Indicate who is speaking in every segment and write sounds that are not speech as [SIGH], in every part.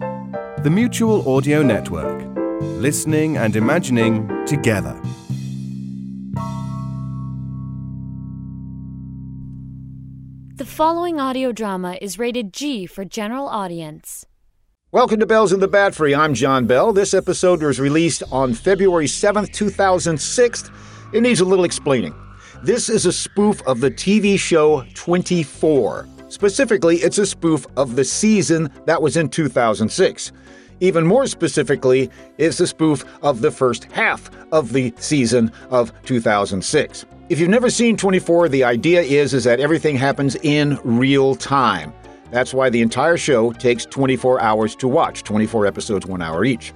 Speaker 1: The Mutual Audio Network. Listening and imagining together.
Speaker 2: The following audio drama is rated G for general audience.
Speaker 3: Welcome to Bells in the Bat Free. I'm John Bell. This episode was released on February 7th, 2006. It needs a little explaining. This is a spoof of the TV show 24. Specifically, it's a spoof of the season that was in 2006. Even more specifically, it's a spoof of the first half of the season of 2006. If you've never seen 24, the idea is is that everything happens in real time. That's why the entire show takes 24 hours to watch, 24 episodes, 1 hour each.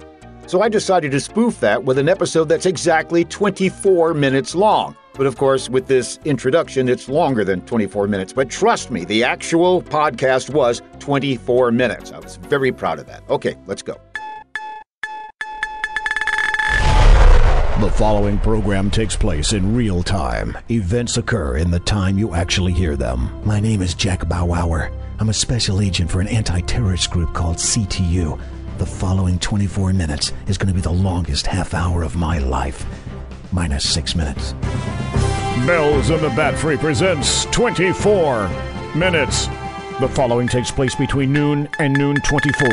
Speaker 3: So I decided to spoof that with an episode that's exactly 24 minutes long. But of course, with this introduction, it's longer than 24 minutes. But trust me, the actual podcast was 24 minutes. I was very proud of that. Okay, let's go.
Speaker 4: The following program takes place in real time. Events occur in the time you actually hear them.
Speaker 5: My name is Jack Bauauer. I'm a special agent for an anti terrorist group called CTU. The following 24 minutes is going to be the longest half hour of my life, minus six minutes.
Speaker 4: Bells in the Bat Free presents 24 minutes. The following takes place between noon and noon 24.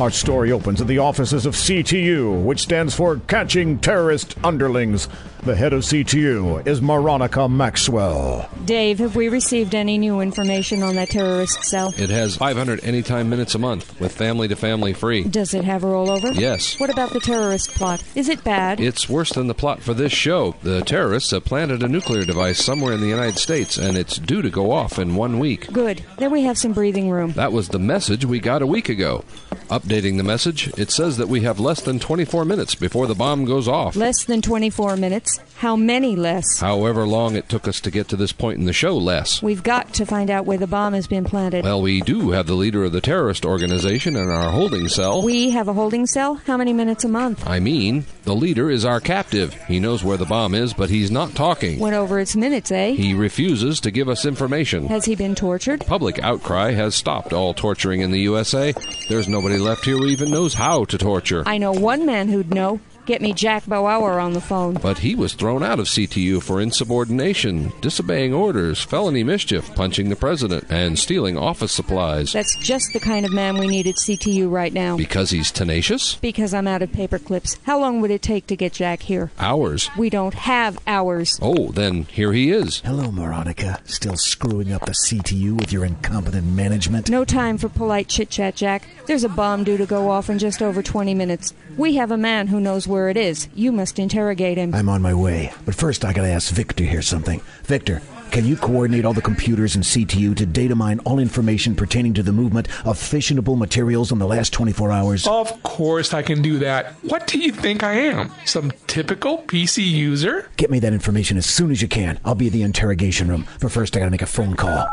Speaker 4: Our story opens at the offices of CTU, which stands for Catching Terrorist Underlings. The head of CTU is Maronica Maxwell.
Speaker 6: Dave, have we received any new information on that terrorist cell?
Speaker 7: It has 500 anytime minutes a month with family to family free.
Speaker 6: Does it have a rollover?
Speaker 7: Yes.
Speaker 6: What about the terrorist plot? Is it bad?
Speaker 7: It's worse than the plot for this show. The terrorists have planted a nuclear device somewhere in the United States, and it's due to go off in one week.
Speaker 6: Good. Then we have some breathing room.
Speaker 7: That was the message we got a week ago. Updating the message, it says that we have less than 24 minutes before the bomb goes off.
Speaker 6: Less than 24 minutes. How many less?
Speaker 7: However long it took us to get to this point in the show, less.
Speaker 6: We've got to find out where the bomb has been planted.
Speaker 7: Well, we do have the leader of the terrorist organization in our holding cell.
Speaker 6: We have a holding cell? How many minutes a month?
Speaker 7: I mean, the leader is our captive. He knows where the bomb is, but he's not talking.
Speaker 6: Went over its minutes, eh?
Speaker 7: He refuses to give us information.
Speaker 6: Has he been tortured?
Speaker 7: Public outcry has stopped all torturing in the USA. There's nobody left here who even knows how to torture.
Speaker 6: I know one man who'd know. Get me Jack Bauer on the phone.
Speaker 7: But he was thrown out of CTU for insubordination, disobeying orders, felony mischief, punching the president, and stealing office supplies.
Speaker 6: That's just the kind of man we need at CTU right now.
Speaker 7: because he's tenacious?
Speaker 6: Because I'm out of paper clips. How long would it take to get Jack here?
Speaker 7: Hours.
Speaker 6: We don't have hours.
Speaker 7: Oh, then here he is.
Speaker 5: Hello, Veronica. Still screwing up the CTU with your incompetent management?
Speaker 6: No time for polite chit chat, Jack. There's a bomb due to go off in just over 20 minutes. We have a man who knows where it is. You must interrogate him.
Speaker 5: I'm on my way, but first I gotta ask Victor here something. Victor, can you coordinate all the computers in CTU to data mine all information pertaining to the movement of fissionable materials in the last 24 hours?
Speaker 8: Of course I can do that. What do you think I am? Some typical PC user?
Speaker 5: Get me that information as soon as you can. I'll be at the interrogation room, but first I gotta make a phone call.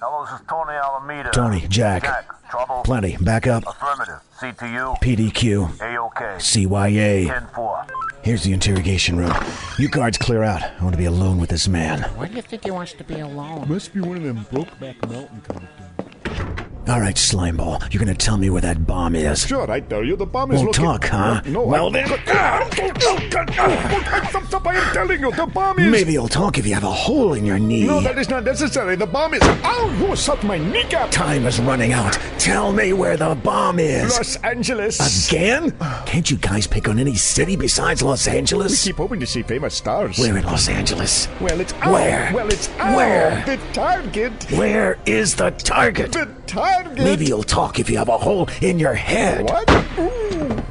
Speaker 9: Hello, this is Tony Alameda.
Speaker 5: Tony, Jack.
Speaker 9: Jack, trouble.
Speaker 5: Plenty. Back up.
Speaker 9: Affirmative. CTU.
Speaker 5: PDQ.
Speaker 9: AOK.
Speaker 5: CYA.
Speaker 9: 10 4.
Speaker 5: Here's the interrogation room. You guards clear out. I want to be alone with this man.
Speaker 10: Why do you think he wants to be alone?
Speaker 11: Must be one of them Brokeback Mountain kind of things.
Speaker 5: All right, Slimeball, you're going to tell me where that bomb is.
Speaker 11: Sure, I tell you, the bomb is
Speaker 5: Won't
Speaker 11: looking...
Speaker 5: talk, huh?
Speaker 11: No,
Speaker 5: well,
Speaker 11: I...
Speaker 5: then. Ah.
Speaker 11: Ah, oh, oh, God, oh, oh, stop, stop, I am telling you, the bomb is...
Speaker 5: Maybe you'll talk if you have a hole in your knee.
Speaker 11: No, that is not necessary. The bomb is... Ow, you sucked my kneecap!
Speaker 5: Time is running out. Tell me where the bomb is.
Speaker 11: Los
Speaker 5: Ah.
Speaker 11: Angeles.
Speaker 5: Again? Can't you guys pick on any city besides Los
Speaker 11: We
Speaker 5: Angeles?
Speaker 11: keep hoping to see famous stars.
Speaker 5: Where in Los Angeles?
Speaker 11: Well, it's... out.
Speaker 5: Where?
Speaker 11: Well, it's... out.
Speaker 5: Where?
Speaker 11: The target.
Speaker 5: Where is the target?
Speaker 11: The target.
Speaker 5: Maybe you'll talk if you have a hole in your head. Hmm,
Speaker 11: What? Ooh.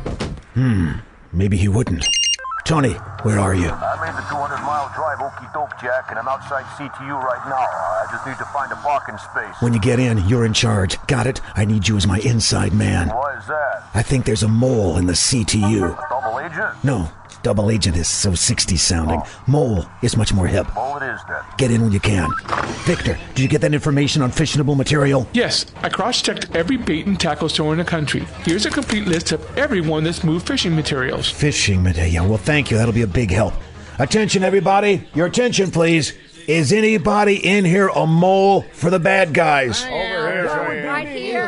Speaker 5: Maybe he wouldn't. Tony, where are you?
Speaker 9: I made the 200 mile drive, okie doke, Jack, and I'm outside CTU right now. I just need to find a parking space.
Speaker 5: When you get in, you're in charge. Got it? I need you as my inside man.
Speaker 9: Why is that?
Speaker 5: I think there's a mole in the CTU.
Speaker 9: A double agent?
Speaker 5: No, double agent is so 60 sounding. Mole is much more hip.
Speaker 9: Oh, it is then.
Speaker 5: Get in when you can. Victor, did you get that information on fissionable material?
Speaker 8: Yes, I cross checked every bait and tackle store in the country. Here's a complete list of everyone that's moved fishing materials.
Speaker 5: Fishing material. Well, thank you. That'll be a big help. Attention, everybody. Your attention, please. Is anybody in here a mole for the bad guys?
Speaker 11: Over here.
Speaker 2: Right here.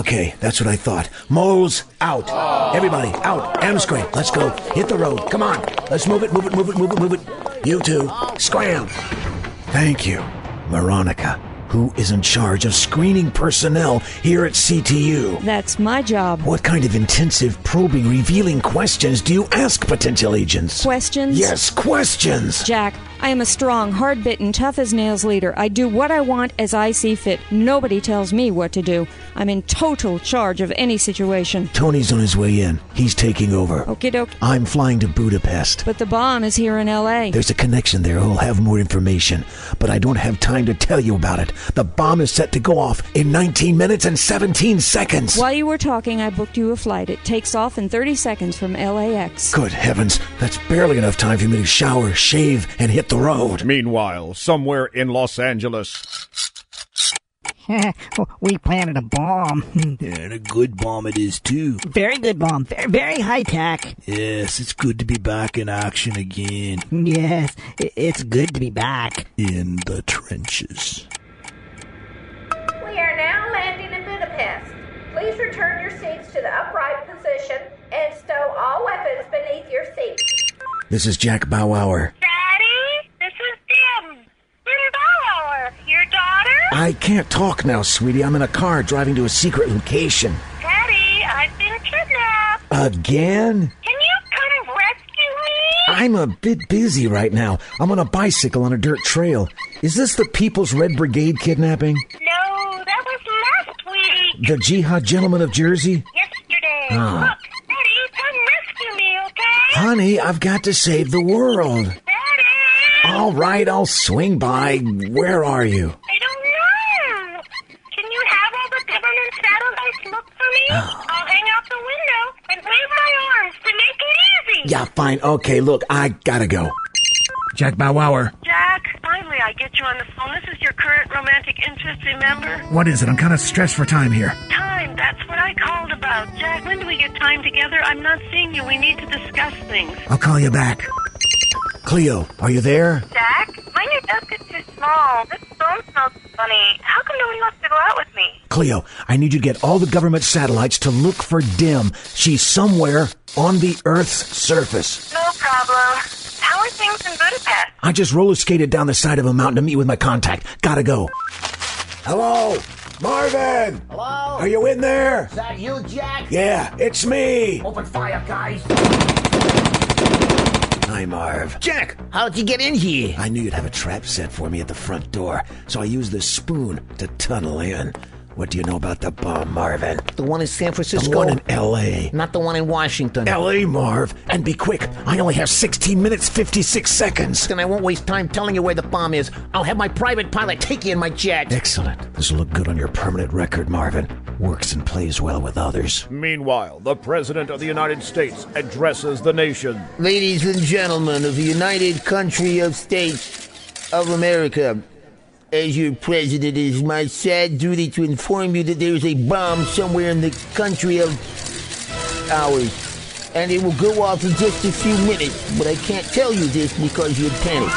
Speaker 5: Okay, that's what I thought. Moles out. Everybody out. M screen. Let's go. Hit the road. Come on. Let's move it, move it, move it, move it, move it. You two, scram. Thank you, Veronica, who is in charge of screening personnel here at CTU.
Speaker 6: That's my job.
Speaker 5: What kind of intensive, probing, revealing questions do you ask potential agents?
Speaker 6: Questions?
Speaker 5: Yes, questions.
Speaker 6: Jack, I am a strong, hard bitten, tough as nails leader. I do what I want as I see fit. Nobody tells me what to do. I'm in total charge of any situation.
Speaker 5: Tony's on his way in. He's taking over.
Speaker 6: Okie doke.
Speaker 5: I'm flying to Budapest.
Speaker 6: But the bomb is here in LA.
Speaker 5: There's a connection there who'll have more information, but I don't have time to tell you about it. The bomb is set to go off in 19 minutes and 17 seconds.
Speaker 6: While you were talking, I booked you a flight. It takes off in 30 seconds from LAX.
Speaker 5: Good heavens, that's barely enough time for me to shower, shave, and hit the road.
Speaker 12: Meanwhile, somewhere in Los Angeles.
Speaker 13: [LAUGHS] we planted a bomb. [LAUGHS]
Speaker 14: and a good bomb it is, too.
Speaker 13: Very good bomb. Very, very high tech.
Speaker 14: Yes, it's good to be back in action again.
Speaker 13: Yes, i- it's good to be back.
Speaker 14: In the trenches.
Speaker 15: We are now landing in Budapest. Please return your seats to the upright position and stow all weapons beneath your seat.
Speaker 5: This is Jack Bauer.
Speaker 16: Daddy, this is Dim. Dim Bauer, your daughter?
Speaker 5: I can't talk now, sweetie. I'm in a car driving to a secret location.
Speaker 16: Daddy, I've been kidnapped.
Speaker 5: Again?
Speaker 16: Can you come rescue me?
Speaker 5: I'm a bit busy right now. I'm on a bicycle on a dirt trail. Is this the People's Red Brigade kidnapping?
Speaker 16: No, that was last week.
Speaker 5: The Jihad Gentleman of Jersey?
Speaker 16: Yesterday.
Speaker 5: Ah.
Speaker 16: Look, Daddy, come rescue me, okay?
Speaker 5: Honey, I've got to save the world. All right, I'll swing by. Where are you?
Speaker 16: I don't know. Can you have all the government satellites look for me?
Speaker 5: Ah.
Speaker 16: I'll hang out the window and wave my arms to make it easy.
Speaker 5: Yeah, fine. Okay, look, I gotta go. Jack Bauer.
Speaker 16: Jack, finally I get you on the phone. This is your current romantic interest, remember?
Speaker 5: What is it? I'm kind of stressed for time here.
Speaker 16: Time, that's what I called about. Jack, when do we get time together? I'm not seeing you. We need to discuss things.
Speaker 5: I'll call you back. Cleo, are you there?
Speaker 16: Jack, my new desk is too small. This phone smells funny. How come nobody wants to go out with me?
Speaker 5: Cleo, I need you to get all the government satellites to look for Dim. She's somewhere on the Earth's surface.
Speaker 16: No problem. How are things in Budapest?
Speaker 5: I just roller skated down the side of a mountain to meet with my contact. Gotta go. Hello, Marvin. Hello. Are you in there?
Speaker 10: Is that you, Jack?
Speaker 5: Yeah, it's me.
Speaker 10: Open fire,
Speaker 11: [CLEARS THROAT]
Speaker 10: guys.
Speaker 5: Hi, Marv.
Speaker 10: Jack, how'd you get in here?
Speaker 5: I knew you'd have a trap set for me at the front door, so I used this spoon to tunnel in. What do you know about the bomb, Marvin?
Speaker 10: The one in San Francisco.
Speaker 5: The one in L.A.
Speaker 10: Not the one in Washington.
Speaker 5: L.A., Marv. And be quick. I only have 16 minutes, 56 seconds.
Speaker 10: Then I won't waste time telling you where the bomb is. I'll have my private pilot take you in my jet.
Speaker 5: Excellent. This will look good on your permanent record, Marvin. Works and plays well with others.
Speaker 12: Meanwhile, the President of the United States addresses the nation.
Speaker 17: Ladies and gentlemen of the United Country of States of America, as your president, it is my sad duty to inform you that there is a bomb somewhere in the country of ours, and it will go off in just a few minutes. But I can't tell you this because you'd panic.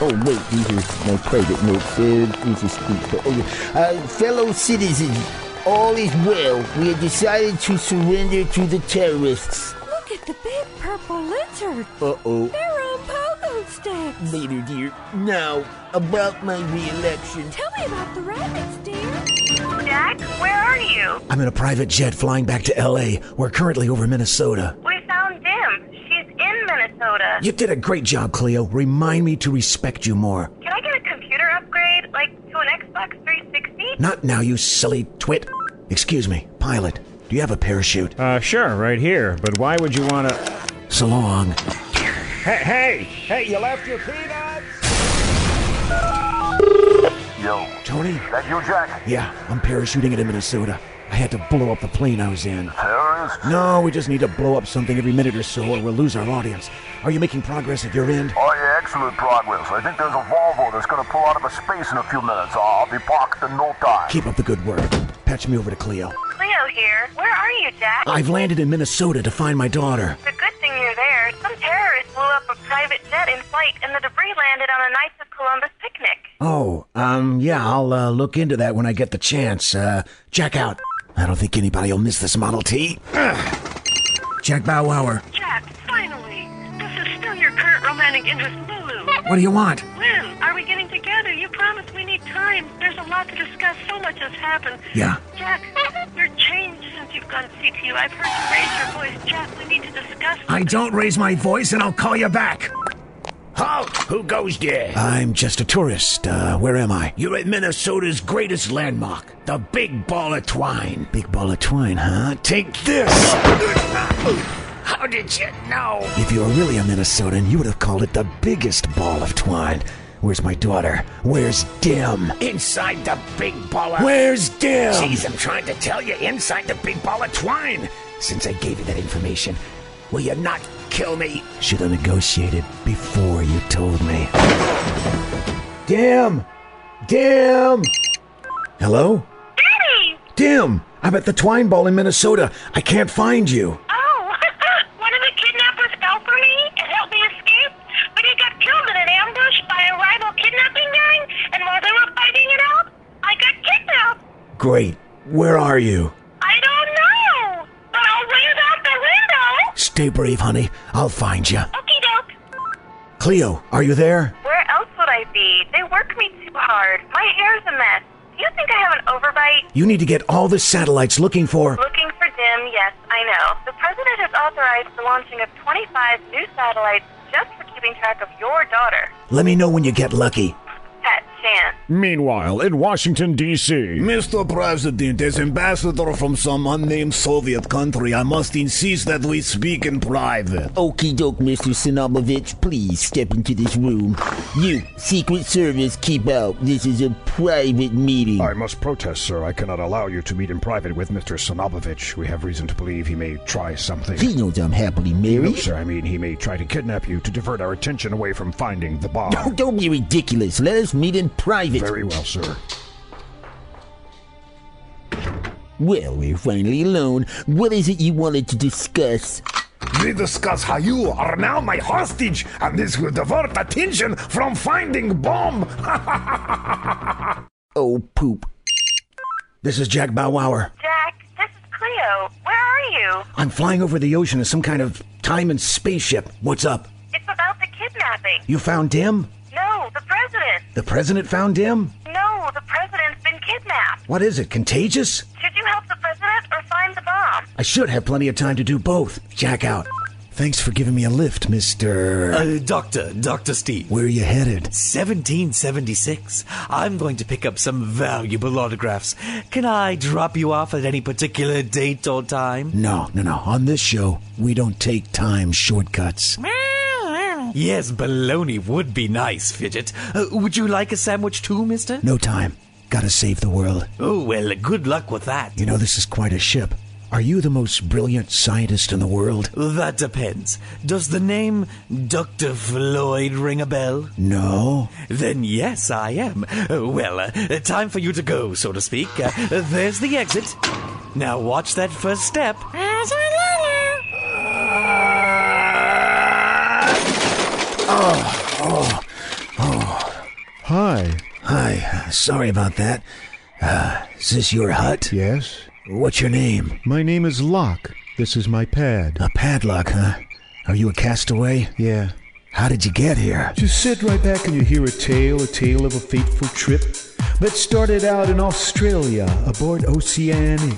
Speaker 17: Oh wait, these are my private notes. Uh, these are speak- oh, yeah. uh, fellow citizens, all is well. We have decided to surrender to the terrorists.
Speaker 18: Look at the big purple lizard.
Speaker 17: Uh-oh.
Speaker 18: They're on pogo sticks.
Speaker 17: Later, dear. Now, about my re-election.
Speaker 18: Tell me about the rabbits, dear.
Speaker 16: Jack, where are you?
Speaker 5: I'm in a private jet flying back to L.A. We're currently over Minnesota.
Speaker 16: We found Dim. She's in Minnesota.
Speaker 5: You did a great job, Cleo. Remind me to respect you more.
Speaker 16: Can I get a computer upgrade, like to an Xbox 360?
Speaker 5: Not now, you silly twit. Excuse me, pilot. Do you have a parachute?
Speaker 19: Uh, sure, right here. But why would you want to?
Speaker 5: So long.
Speaker 19: Hey, hey, hey! You left your peanuts.
Speaker 9: Yo.
Speaker 5: Tony?
Speaker 9: That you, Jack?
Speaker 5: Yeah, I'm parachuting into Minnesota. I had to blow up the plane I was in.
Speaker 9: Terrorists?
Speaker 5: No, we just need to blow up something every minute or so, or we'll lose our audience. Are you making progress at your end?
Speaker 9: Oh, yeah, excellent progress. I think there's a Volvo that's going to pull out of a space in a few minutes. I'll be parked in no time.
Speaker 5: Keep up the good work. Patch me over to Cleo.
Speaker 16: Cleo here. Where are you, Jack?
Speaker 5: I've landed in Minnesota to find my daughter.
Speaker 16: It's a good thing you're there. Some terrorist blew up a private jet in flight, and the debris landed on a Knights of Columbus picnic.
Speaker 5: Oh, um, yeah, I'll uh, look into that when I get the chance. Uh, check out. I don't think anybody will miss this Model T. Ugh. Jack Bauer.
Speaker 20: Jack, finally! This is still your current romantic interest, Lulu.
Speaker 5: What do you want?
Speaker 20: When are we getting together? You promised we need time. There's a lot to discuss. So much has happened.
Speaker 5: Yeah.
Speaker 20: Jack, you're changed since you've gone to CTU. I've heard you raise your voice. Jack, we need to discuss.
Speaker 5: I don't raise my voice and I'll call you back.
Speaker 11: Halt! Who goes there?
Speaker 5: I'm just a tourist. Uh, where am I?
Speaker 11: You're at Minnesota's greatest landmark, the Big Ball of [LAUGHS] Twine.
Speaker 5: Big ball of twine, huh? Take this!
Speaker 11: How did you know?
Speaker 5: If you were really a Minnesotan, you would have called it the biggest ball of twine. Where's my daughter? Where's Dim?
Speaker 11: Inside the Big Ball of...
Speaker 5: Where's Dim?
Speaker 11: Jeez, I'm trying to tell you, inside the Big Ball of Twine. Since I gave you that information, will you not kill me?
Speaker 5: Should have negotiated before you told me. Dim! Dim! Hello?
Speaker 20: Daddy!
Speaker 5: Dim! I'm at the Twine Ball in Minnesota. I can't find you.
Speaker 20: Oh, [LAUGHS] one of the kidnappers fell for me and helped me escape, but he got killed in an ambush by a rival kidnapping gang, and while they were fighting it out, I got kidnapped.
Speaker 5: Great. Where are you?
Speaker 20: I don't know, but I'll wave out the window.
Speaker 5: Stay brave, honey. I'll find you.
Speaker 20: Okie doke.
Speaker 5: Cleo, are you there?
Speaker 16: Where else would I be? They work me too hard. My hair's a mess. Do you think I have an overbite?
Speaker 5: You need to get all the satellites looking for.
Speaker 16: Looking for Dim, yes, I know. The president has authorized the launching of 25 new satellites just for keeping track of your daughter.
Speaker 5: Let me know when you get lucky.
Speaker 16: Pet chance.
Speaker 9: Meanwhile, in Washington, D.C.,
Speaker 21: Mr. President, as ambassador from some unnamed Soviet country, I must insist that we speak in private.
Speaker 17: Okie doke, Mr. Sinamovich, please step into this room. You, Secret Service, keep out. This is a private meeting.
Speaker 9: I must protest, sir. I cannot allow you to meet in private with Mr. Sanabovich. We have reason to believe he may try something.
Speaker 17: He knows I'm happily
Speaker 9: No,
Speaker 17: married.
Speaker 9: sir. I mean, he may try to kidnap you to divert our attention away from finding the bomb.
Speaker 17: Oh, don't be ridiculous. Let us meet in private.
Speaker 9: Very well, sir.
Speaker 17: Well, we're finally alone. What is it you wanted to discuss?
Speaker 22: We discuss how you are now my hostage, and this will divert attention from finding bomb.
Speaker 17: Oh, poop.
Speaker 5: This is Jack Bauer.
Speaker 16: Jack, this is Cleo. Where are you?
Speaker 5: I'm flying over the ocean in some kind of time and spaceship. What's up?
Speaker 16: It's about the kidnapping.
Speaker 5: You found Dim?
Speaker 16: No, the president.
Speaker 5: The president found Dim?
Speaker 16: No, the president's been kidnapped.
Speaker 5: What is it, contagious?
Speaker 16: Should you help the president or find the bomb?
Speaker 5: I should have plenty of time to do both. Jack out. Thanks for giving me a lift, Mr.
Speaker 23: Uh, doctor, Dr. Steve.
Speaker 5: Where are you headed?
Speaker 23: 1776. I'm going to pick up some valuable autographs. Can I drop you off at any particular date or time?
Speaker 5: No, no, no. On this show, we don't take time shortcuts.
Speaker 23: Yes, bologna would be nice, Fidget. Uh, would you like a sandwich too, mister?
Speaker 5: No time. Gotta save the world.
Speaker 23: Oh, well, good luck with that.
Speaker 5: You know, this is quite a ship. Are you the most brilliant scientist in the world?
Speaker 23: That depends. Does the name Dr. Floyd ring a bell?
Speaker 5: No.
Speaker 23: Then yes, I am. Uh, Well, uh, time for you to go, so to speak. Uh, there's the exit. Now watch that first step.
Speaker 5: Oh, oh.
Speaker 4: Hi.
Speaker 5: Hi. Sorry about that. Uh, is this your hut?
Speaker 4: Yes.
Speaker 5: What's your name?
Speaker 4: My name is Locke. This is my pad.
Speaker 5: A padlock, huh? Are you a castaway?
Speaker 4: Yeah.
Speaker 5: How did you get here?
Speaker 4: Just sit right back and you hear a tale, a tale of a fateful trip that started out in Australia aboard Oceanic.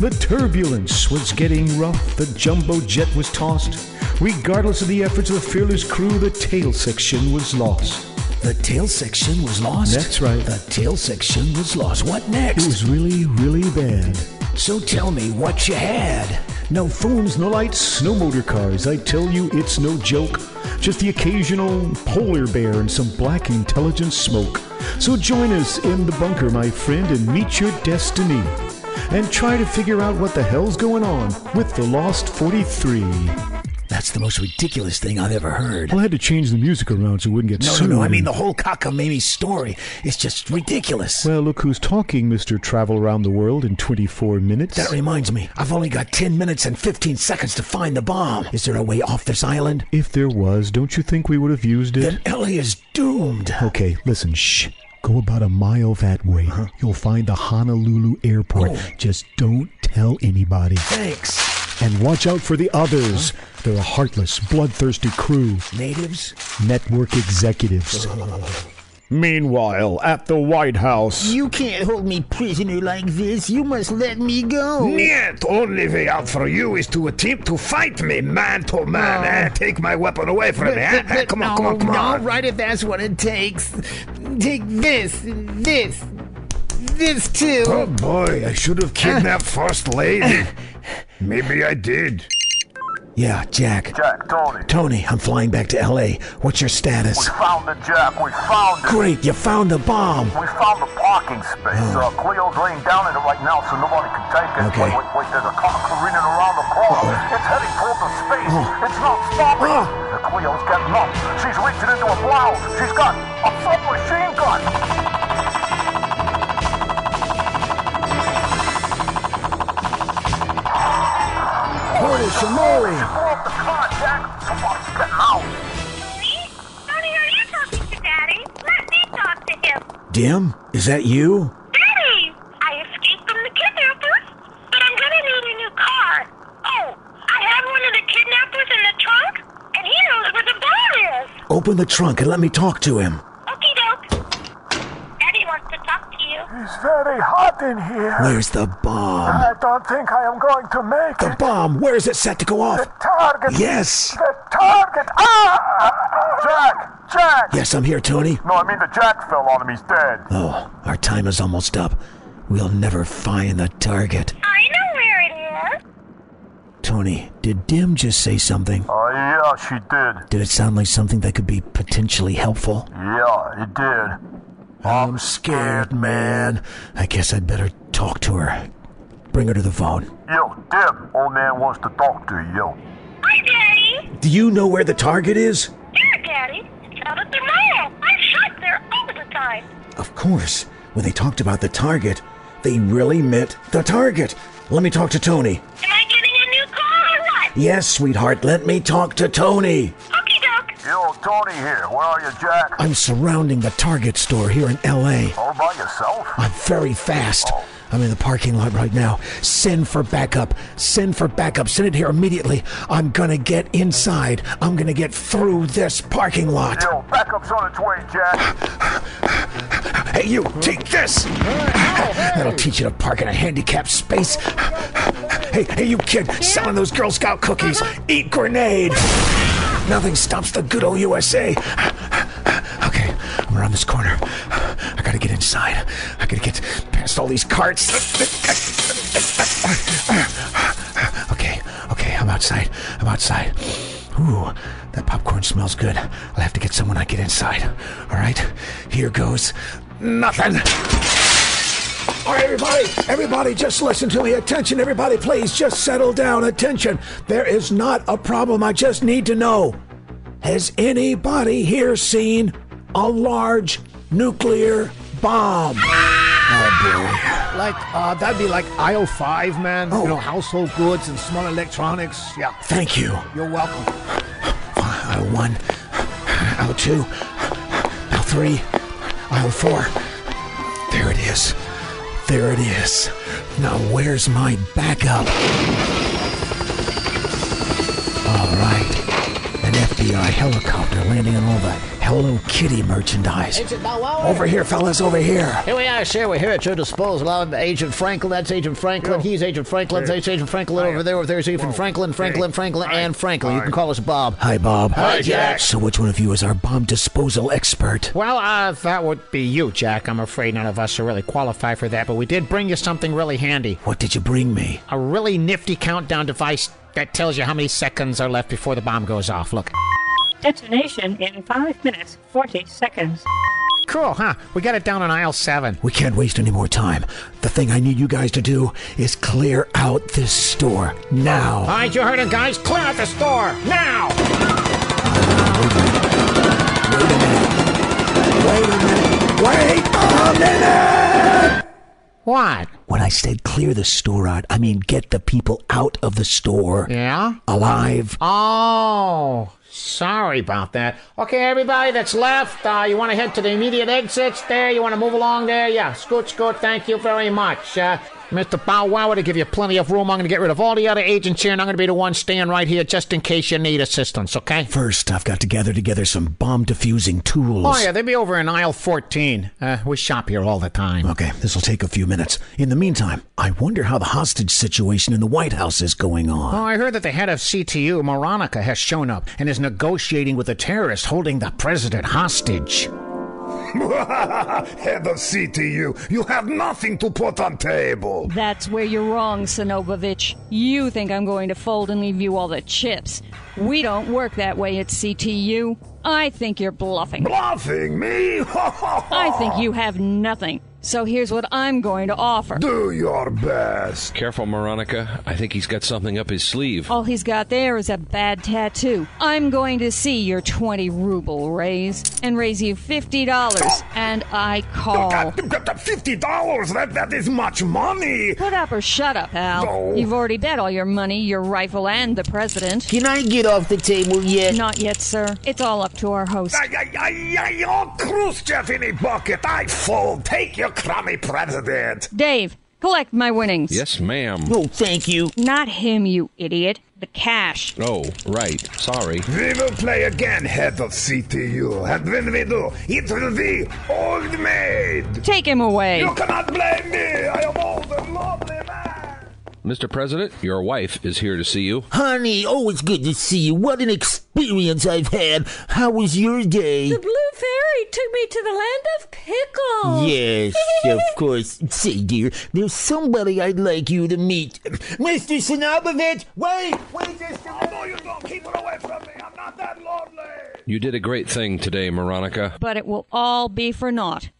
Speaker 4: The turbulence was getting rough, the jumbo jet was tossed. Regardless of the efforts of the fearless crew, the tail section was lost.
Speaker 5: The tail section was lost.
Speaker 4: That's right.
Speaker 5: The tail section was lost. What next?
Speaker 4: It was really, really bad.
Speaker 5: So tell me what you had.
Speaker 4: No phones, no lights, no motor cars. I tell you, it's no joke. Just the occasional polar bear and some black intelligence smoke. So join us in the bunker, my friend, and meet your destiny. And try to figure out what the hell's going on with the Lost 43.
Speaker 5: That's the most ridiculous thing I've ever heard.
Speaker 4: Well, I had to change the music around so it wouldn't get
Speaker 5: No, no,
Speaker 4: sued.
Speaker 5: no. I mean, the whole cockamamie story is just ridiculous.
Speaker 4: Well, look who's talking, Mr. Travel Around the World in 24 minutes.
Speaker 5: that reminds me, I've only got 10 minutes and 15 seconds to find the bomb. Is there a way off this island?
Speaker 4: if there was, don't you think we would have used it?
Speaker 5: Then Ellie is doomed.
Speaker 4: Okay, listen, shh. Go about a mile that way. You'll find the Honolulu airport.
Speaker 5: Oh.
Speaker 4: Just don't tell anybody.
Speaker 5: Thanks.
Speaker 4: And watch out for the others. They're a heartless, bloodthirsty crew.
Speaker 17: Natives?
Speaker 4: Network executives.
Speaker 5: [LAUGHS]
Speaker 12: Meanwhile, at the White House.
Speaker 17: You can't hold me prisoner like this. You must let me go.
Speaker 11: Niet! Only way out for you is to attempt to fight me man to man.
Speaker 17: Oh.
Speaker 11: Eh? Take my weapon away from me. Eh? Eh, come on, come on, come
Speaker 17: All
Speaker 11: on.
Speaker 17: right, if that's what it takes. Take this, this, this too.
Speaker 11: Oh boy, I should have kidnapped First Lady. Maybe I did.
Speaker 5: Yeah, Jack.
Speaker 9: Jack, Tony.
Speaker 5: Tony, I'm flying back to LA. What's your
Speaker 9: We
Speaker 5: status?
Speaker 9: found the jack. We found it.
Speaker 5: Great, you found the bomb. Oh.
Speaker 9: We found the parking space. Uh, Cleo's laying down in it right now, so nobody can take it.
Speaker 5: Okay.
Speaker 9: Wait,
Speaker 5: Oh.
Speaker 9: wait, wait. There's a car careening around the corner. It's heading towards the space. It's not stopping.
Speaker 11: Ah,
Speaker 9: Cleo's getting up. She's reaching into a blouse. She's got a submachine gun.
Speaker 17: Holy
Speaker 9: She blew up the car, Jack. Somebody's getting out.
Speaker 16: Sonny, are you talking to Daddy? Let me talk to him.
Speaker 5: Dim, is that you?
Speaker 16: Daddy! I escaped from the kidnappers, but I'm gonna need a new car. Oh, I have one of the kidnappers in the trunk, and he knows where the bomb is.
Speaker 5: Open the trunk and let me talk to him.
Speaker 16: Okie doke. Daddy wants to talk to you.
Speaker 9: It's very hot in here.
Speaker 5: Where's the bomb?
Speaker 9: I don't think I am going to make
Speaker 5: The bomb! Where is it set to go off?
Speaker 9: target.
Speaker 5: Yes!
Speaker 9: The target. Ah! Jack! Jack!
Speaker 5: Yes, I'm here, Tony.
Speaker 9: No, I mean the jack fell on him. He's dead.
Speaker 5: Oh, our time is almost up. We'll never find the target.
Speaker 16: I know where it is.
Speaker 5: Tony, did Dim just say something?
Speaker 9: Oh, yeah, she did.
Speaker 5: Did it sound like something that could be potentially helpful?
Speaker 9: Yeah, it did.
Speaker 5: I'm scared, man. I guess I'd better talk to her. Bring her to the phone.
Speaker 9: Yo, Deb, old man wants to talk to you. Yo.
Speaker 16: Hi, Daddy.
Speaker 5: Do you know where the target is?
Speaker 16: Yeah, Daddy. Now that they're mine, I shot there all the time.
Speaker 5: Of course. When they talked about the target, they really meant the target. Let me talk to Tony.
Speaker 16: Am I getting a new car or what?
Speaker 5: Yes, sweetheart, let me talk to Tony.
Speaker 16: Okie doke.
Speaker 9: Yo, Tony here. Where are you, Jack?
Speaker 5: I'm surrounding the Target store here in LA.
Speaker 9: All by yourself? Oh.
Speaker 5: I'm very fast. I'm in the parking lot right now. Send for backup. Send for backup. Send it here immediately. I'm gonna get inside. I'm gonna get through this parking lot.
Speaker 9: Yo, backup's on its way, Jack.
Speaker 5: Hey, you, take
Speaker 11: [LAUGHS]
Speaker 5: this! That'll teach you to park in a handicapped space. Hey, hey, you kid, selling those Girl Scout cookies. Eat grenade! Nothing stops the good old USA. Okay, I'm around this corner. I gotta get inside. I gotta get past all these carts. Okay, okay, I'm outside. I'm outside. Ooh, that popcorn smells good. I'll have to get someone I get inside. All right, here goes nothing. All right, everybody, everybody, just listen to me. Attention, everybody, please, just settle down. Attention, there is not a problem. I just need to know. Has anybody here seen a large nuclear bomb?
Speaker 10: Like, uh, that'd be like aisle five, man. You know, household goods and small electronics. Yeah.
Speaker 5: Oh. Thank you.
Speaker 10: You're welcome.
Speaker 5: Aisle one, aisle two, aisle three, aisle four. There it is. There it is. Now, where's my backup? All right. An FBI helicopter landing on all the Hello Kitty merchandise.
Speaker 10: Agent Bow Wow.
Speaker 5: Over here, fellas, over here.
Speaker 10: Here we are, sir. We're here at your disposal. I'm Agent Franklin. That's Agent Franklin. He's Agent Franklin. That's Agent Franklin. Over there, over there is Agent Franklin, Franklin, Franklin, and Franklin. You can call us Bob.
Speaker 5: Hi, Bob.
Speaker 10: Hi, Jack.
Speaker 5: So, which one of you is our bomb disposal expert?
Speaker 10: Well, uh, that would be you, Jack. I'm afraid none of us are really qualified for that, but we did bring you something really handy.
Speaker 5: What did you bring me?
Speaker 10: A really nifty countdown device that tells you how many seconds are left before the bomb goes off. Look.
Speaker 1: Detonation in 5 minutes 40 seconds.
Speaker 10: Cool, huh? We got it down on aisle seven.
Speaker 5: We can't waste any more time. The thing I need you guys to do is clear out this store now.
Speaker 10: All right, you heard it, guys. Clear out the store now.
Speaker 5: Wait a minute!
Speaker 10: What?
Speaker 5: When I said clear the store out, I mean get the people out of the store
Speaker 10: Yeah.
Speaker 5: alive.
Speaker 10: Oh, Sorry about that. Okay, everybody that's left, uh, you want to head to the immediate exits there? You want to move along there? Yeah, scoot, scoot. Thank you very much. Uh, Mr. Bow Wow, to give you plenty of room, I'm going to get rid of all the other agents here, and I'm going to be the one staying right here just in case you need assistance, okay?
Speaker 5: First, I've got to gather together some bomb defusing tools.
Speaker 10: Oh, yeah, they'd be over in aisle 14. Uh, we shop here all the time.
Speaker 5: Okay, this will take a few minutes. In the meantime, I wonder how the hostage situation in the White House is going on.
Speaker 10: Oh, I heard that the head of CTU, Moronica, has shown up and is negotiating with the terrorists holding the president hostage.
Speaker 11: Head of CTU, you have nothing to put on table.
Speaker 6: That's where you're wrong, Sinobovich. You think I'm going to fold and leave you all the chips. We don't work that way at CTU. I think you're bluffing.
Speaker 11: Bluffing me? [LAUGHS]
Speaker 6: I think you have nothing. So here's what I'm going to offer.
Speaker 11: Do your best.
Speaker 24: Careful, Moronica. I think he's got something up his sleeve.
Speaker 6: All he's got there is a bad tattoo. I'm going to see your 20 ruble raise and raise you $50. And I call.
Speaker 11: Fifty dollars? That that is much money.
Speaker 6: Put up or shut up, Al.
Speaker 11: No.
Speaker 6: You've already bet all your money, your rifle, and the president.
Speaker 17: Can I get off the table yet?
Speaker 6: Not yet, sir. It's all up to our host.
Speaker 11: Ay, ay, ay, ay, oh, Khrushchev in a bucket. I fold. Take your crummy president.
Speaker 6: Dave, collect my winnings.
Speaker 24: Yes, ma'am.
Speaker 17: Oh, thank you.
Speaker 6: Not him, you idiot. The cash.
Speaker 24: Oh, right. Sorry.
Speaker 11: We will play again, head of CTU. And when we do, it will be old maid.
Speaker 6: Take him away.
Speaker 11: You cannot blame me. I am old and lovely man.
Speaker 24: Mr. President, your wife is here to see you.
Speaker 17: Honey, oh, it's good to see you. What an experience I've had. How was your day?
Speaker 18: The blue fairy took me to the land of pickles.
Speaker 17: Yes, of course. Say, dear, there's somebody I'd like you to meet. Mr. Sinobovich, wait, wait just a minute.
Speaker 11: No, you don't. Keep it away from me. I'm not that lonely.
Speaker 24: You did a great thing today, Moronica.
Speaker 6: But it will all be for naught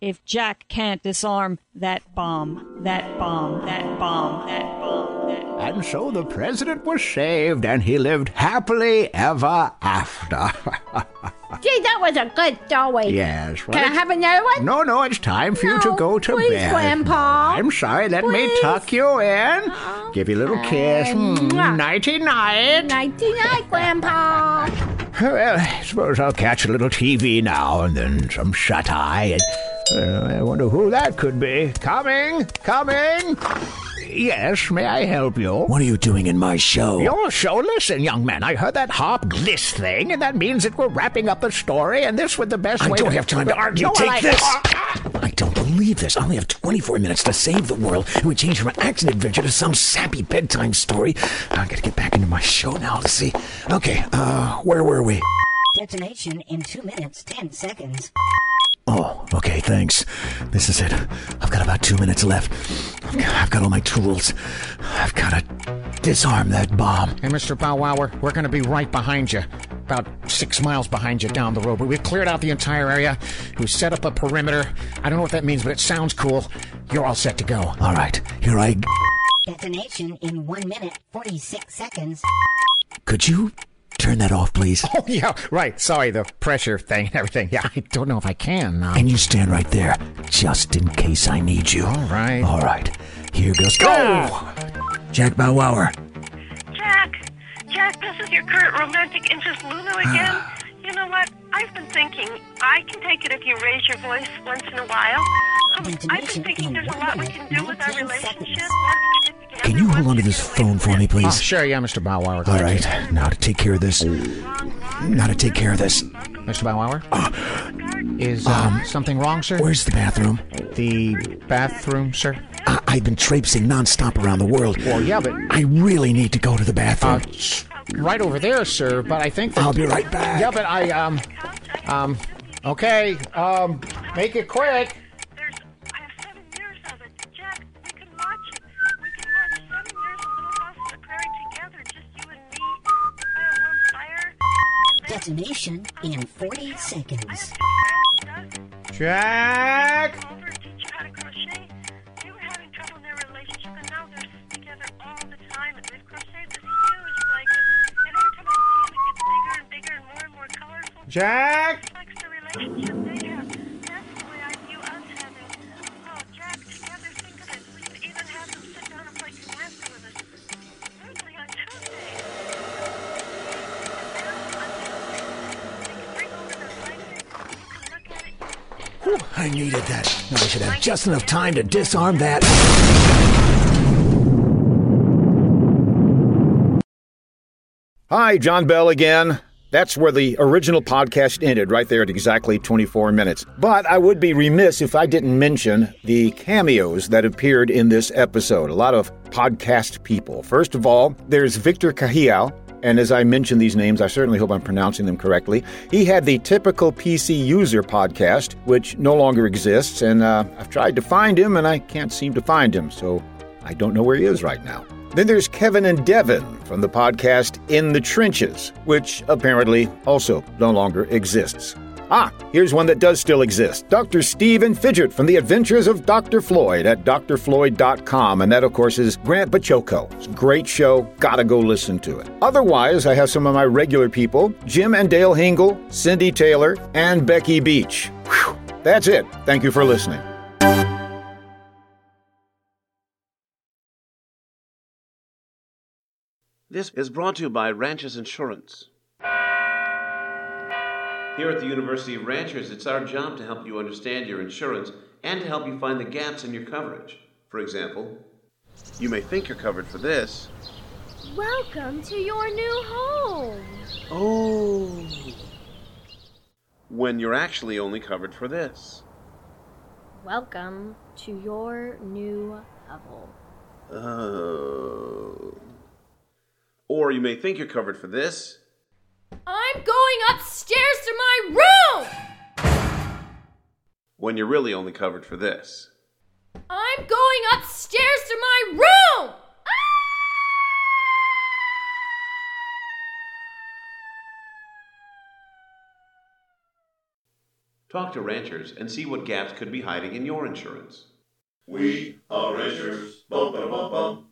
Speaker 6: if Jack can't disarm that bomb, that bomb, that bomb, that bomb, that bomb.
Speaker 7: And so the president was saved, and he lived happily ever after. [LAUGHS]
Speaker 18: Gee, that was a good story.
Speaker 7: yes. well,
Speaker 18: Can I
Speaker 7: it's-
Speaker 18: have another one?
Speaker 7: No, no, it's time for you to
Speaker 18: No,
Speaker 7: go to
Speaker 18: please,
Speaker 7: bed.
Speaker 18: Grandpa.
Speaker 7: I'm sorry. Let me
Speaker 18: Please. Uh-huh. Uh,
Speaker 7: tuck you in. Give you a little kiss. Hmm, Nighty night.
Speaker 18: Nighty night, Grandpa.
Speaker 7: Well, I suppose I'll catch a little TV now and then some shut eye. And well, I wonder who that could be. Coming, coming. Yes, may I help you?
Speaker 5: What are you doing in my show?
Speaker 7: Your show, listen, young man. I heard that harp gliss thing, and that means that we're wrapping up the story, and this was the best
Speaker 5: I
Speaker 7: way.
Speaker 5: don't
Speaker 7: to...
Speaker 5: have time to argue.
Speaker 7: You know
Speaker 5: Take
Speaker 7: what I-
Speaker 5: this.
Speaker 7: Ah!
Speaker 5: I don't believe this. I only have 24 minutes to save the world, and we change from an action adventure to some sappy bedtime story. I gotta get back into my show now. Let's see. Okay, uh, where were we?
Speaker 25: Detonation in 2 minutes 10 seconds.
Speaker 5: Oh, okay, thanks. This is it. I've got about two minutes left. I've got, I've got all my tools. I've gotta disarm that bomb.
Speaker 10: Hey, Mr. Bow Wower, we're going to be right behind you. About six miles behind you down the road. But we've cleared out the entire area. We've set up a perimeter. I don't know what that means, but it sounds cool. You're all set to go.
Speaker 5: All right, here I.
Speaker 25: Detonation in 1 minute 46 seconds.
Speaker 5: Could you turn that off, please?
Speaker 10: [LAUGHS] Oh, yeah, right. Sorry, the pressure thing and everything. Yeah, I don't know if I can. Uh,
Speaker 5: And you stand right there, just in case I need you. All
Speaker 10: right.
Speaker 5: All right. Here goes. Go! Jack Bow Wower.
Speaker 20: Jack, Jack, this is your current romantic interest,
Speaker 5: [SIGHS]
Speaker 20: Lulu, again. you know what? I've been thinking I can take it if you raise your voice once in a while. Um, I've been thinking there's a lot we can do with our relationship.
Speaker 5: Can you hold on to this phone for me, please?
Speaker 10: oh, sure, yeah, Mr. Bow Wower.
Speaker 5: All right. Now to take care of this. Now to take care of this.
Speaker 10: Mr. Bow Wower? Is uh, something wrong, sir?
Speaker 5: Uh, um, Where's the bathroom?
Speaker 10: The bathroom, sir?
Speaker 5: I- I've been traipsing nonstop around the world.
Speaker 10: Well, yeah, but-
Speaker 5: I really need to go to the bathroom.
Speaker 10: Uh, Right over there, sir, but I think that...
Speaker 5: I'll be right back.
Speaker 10: Yeah, but I, um... Um... Okay, um... Make it quick!
Speaker 25: Detonation in 40 seconds.
Speaker 10: Jack! Jack! Uh,
Speaker 14: I needed that. No, I should have just enough time to disarm that.
Speaker 3: Hi, John Bell again. That's where the original podcast ended, right there at exactly 24 minutes. But I would be remiss if I didn't mention the cameos that appeared in this episode. A lot of podcast people. First of all, there's Victor Cahial. And as I mention these names, I certainly hope I'm pronouncing them correctly. He had the typical PC user podcast, which no longer exists. And uh, I've tried to find him, and I can't seem to find him. So I don't know where he is right now. Then there's Kevin and Devin from the podcast In the Trenches, which apparently also no longer exists. Ah, here's one that does still exist Dr. Steven Fidget from The Adventures of Dr. Floyd at drfloyd.com. And that, of course, is Grant Pachoco. It's a great show. Gotta go listen to it. Otherwise, I have some of my regular people Jim and Dale Hingle, Cindy Taylor, and Becky Beach. Whew. That's it. Thank you for listening.
Speaker 26: This is brought to you by Ranchers Insurance. Here at the University of Ranchers, it's our job to help you understand your insurance and to help you find the gaps in your coverage. For example, you may think you're covered for this.
Speaker 18: Welcome to your new home.
Speaker 26: Oh. When you're actually only covered for this.
Speaker 18: Welcome to your new hovel.
Speaker 26: Oh. Or you may think you're covered for this.
Speaker 18: I'm going upstairs to my room.
Speaker 26: When you're really only covered for this.
Speaker 18: I'm going upstairs to my room.
Speaker 26: Talk to ranchers and see what gaps could be hiding in your insurance.
Speaker 13: We are ranchers. Bum, bum, bum, bum.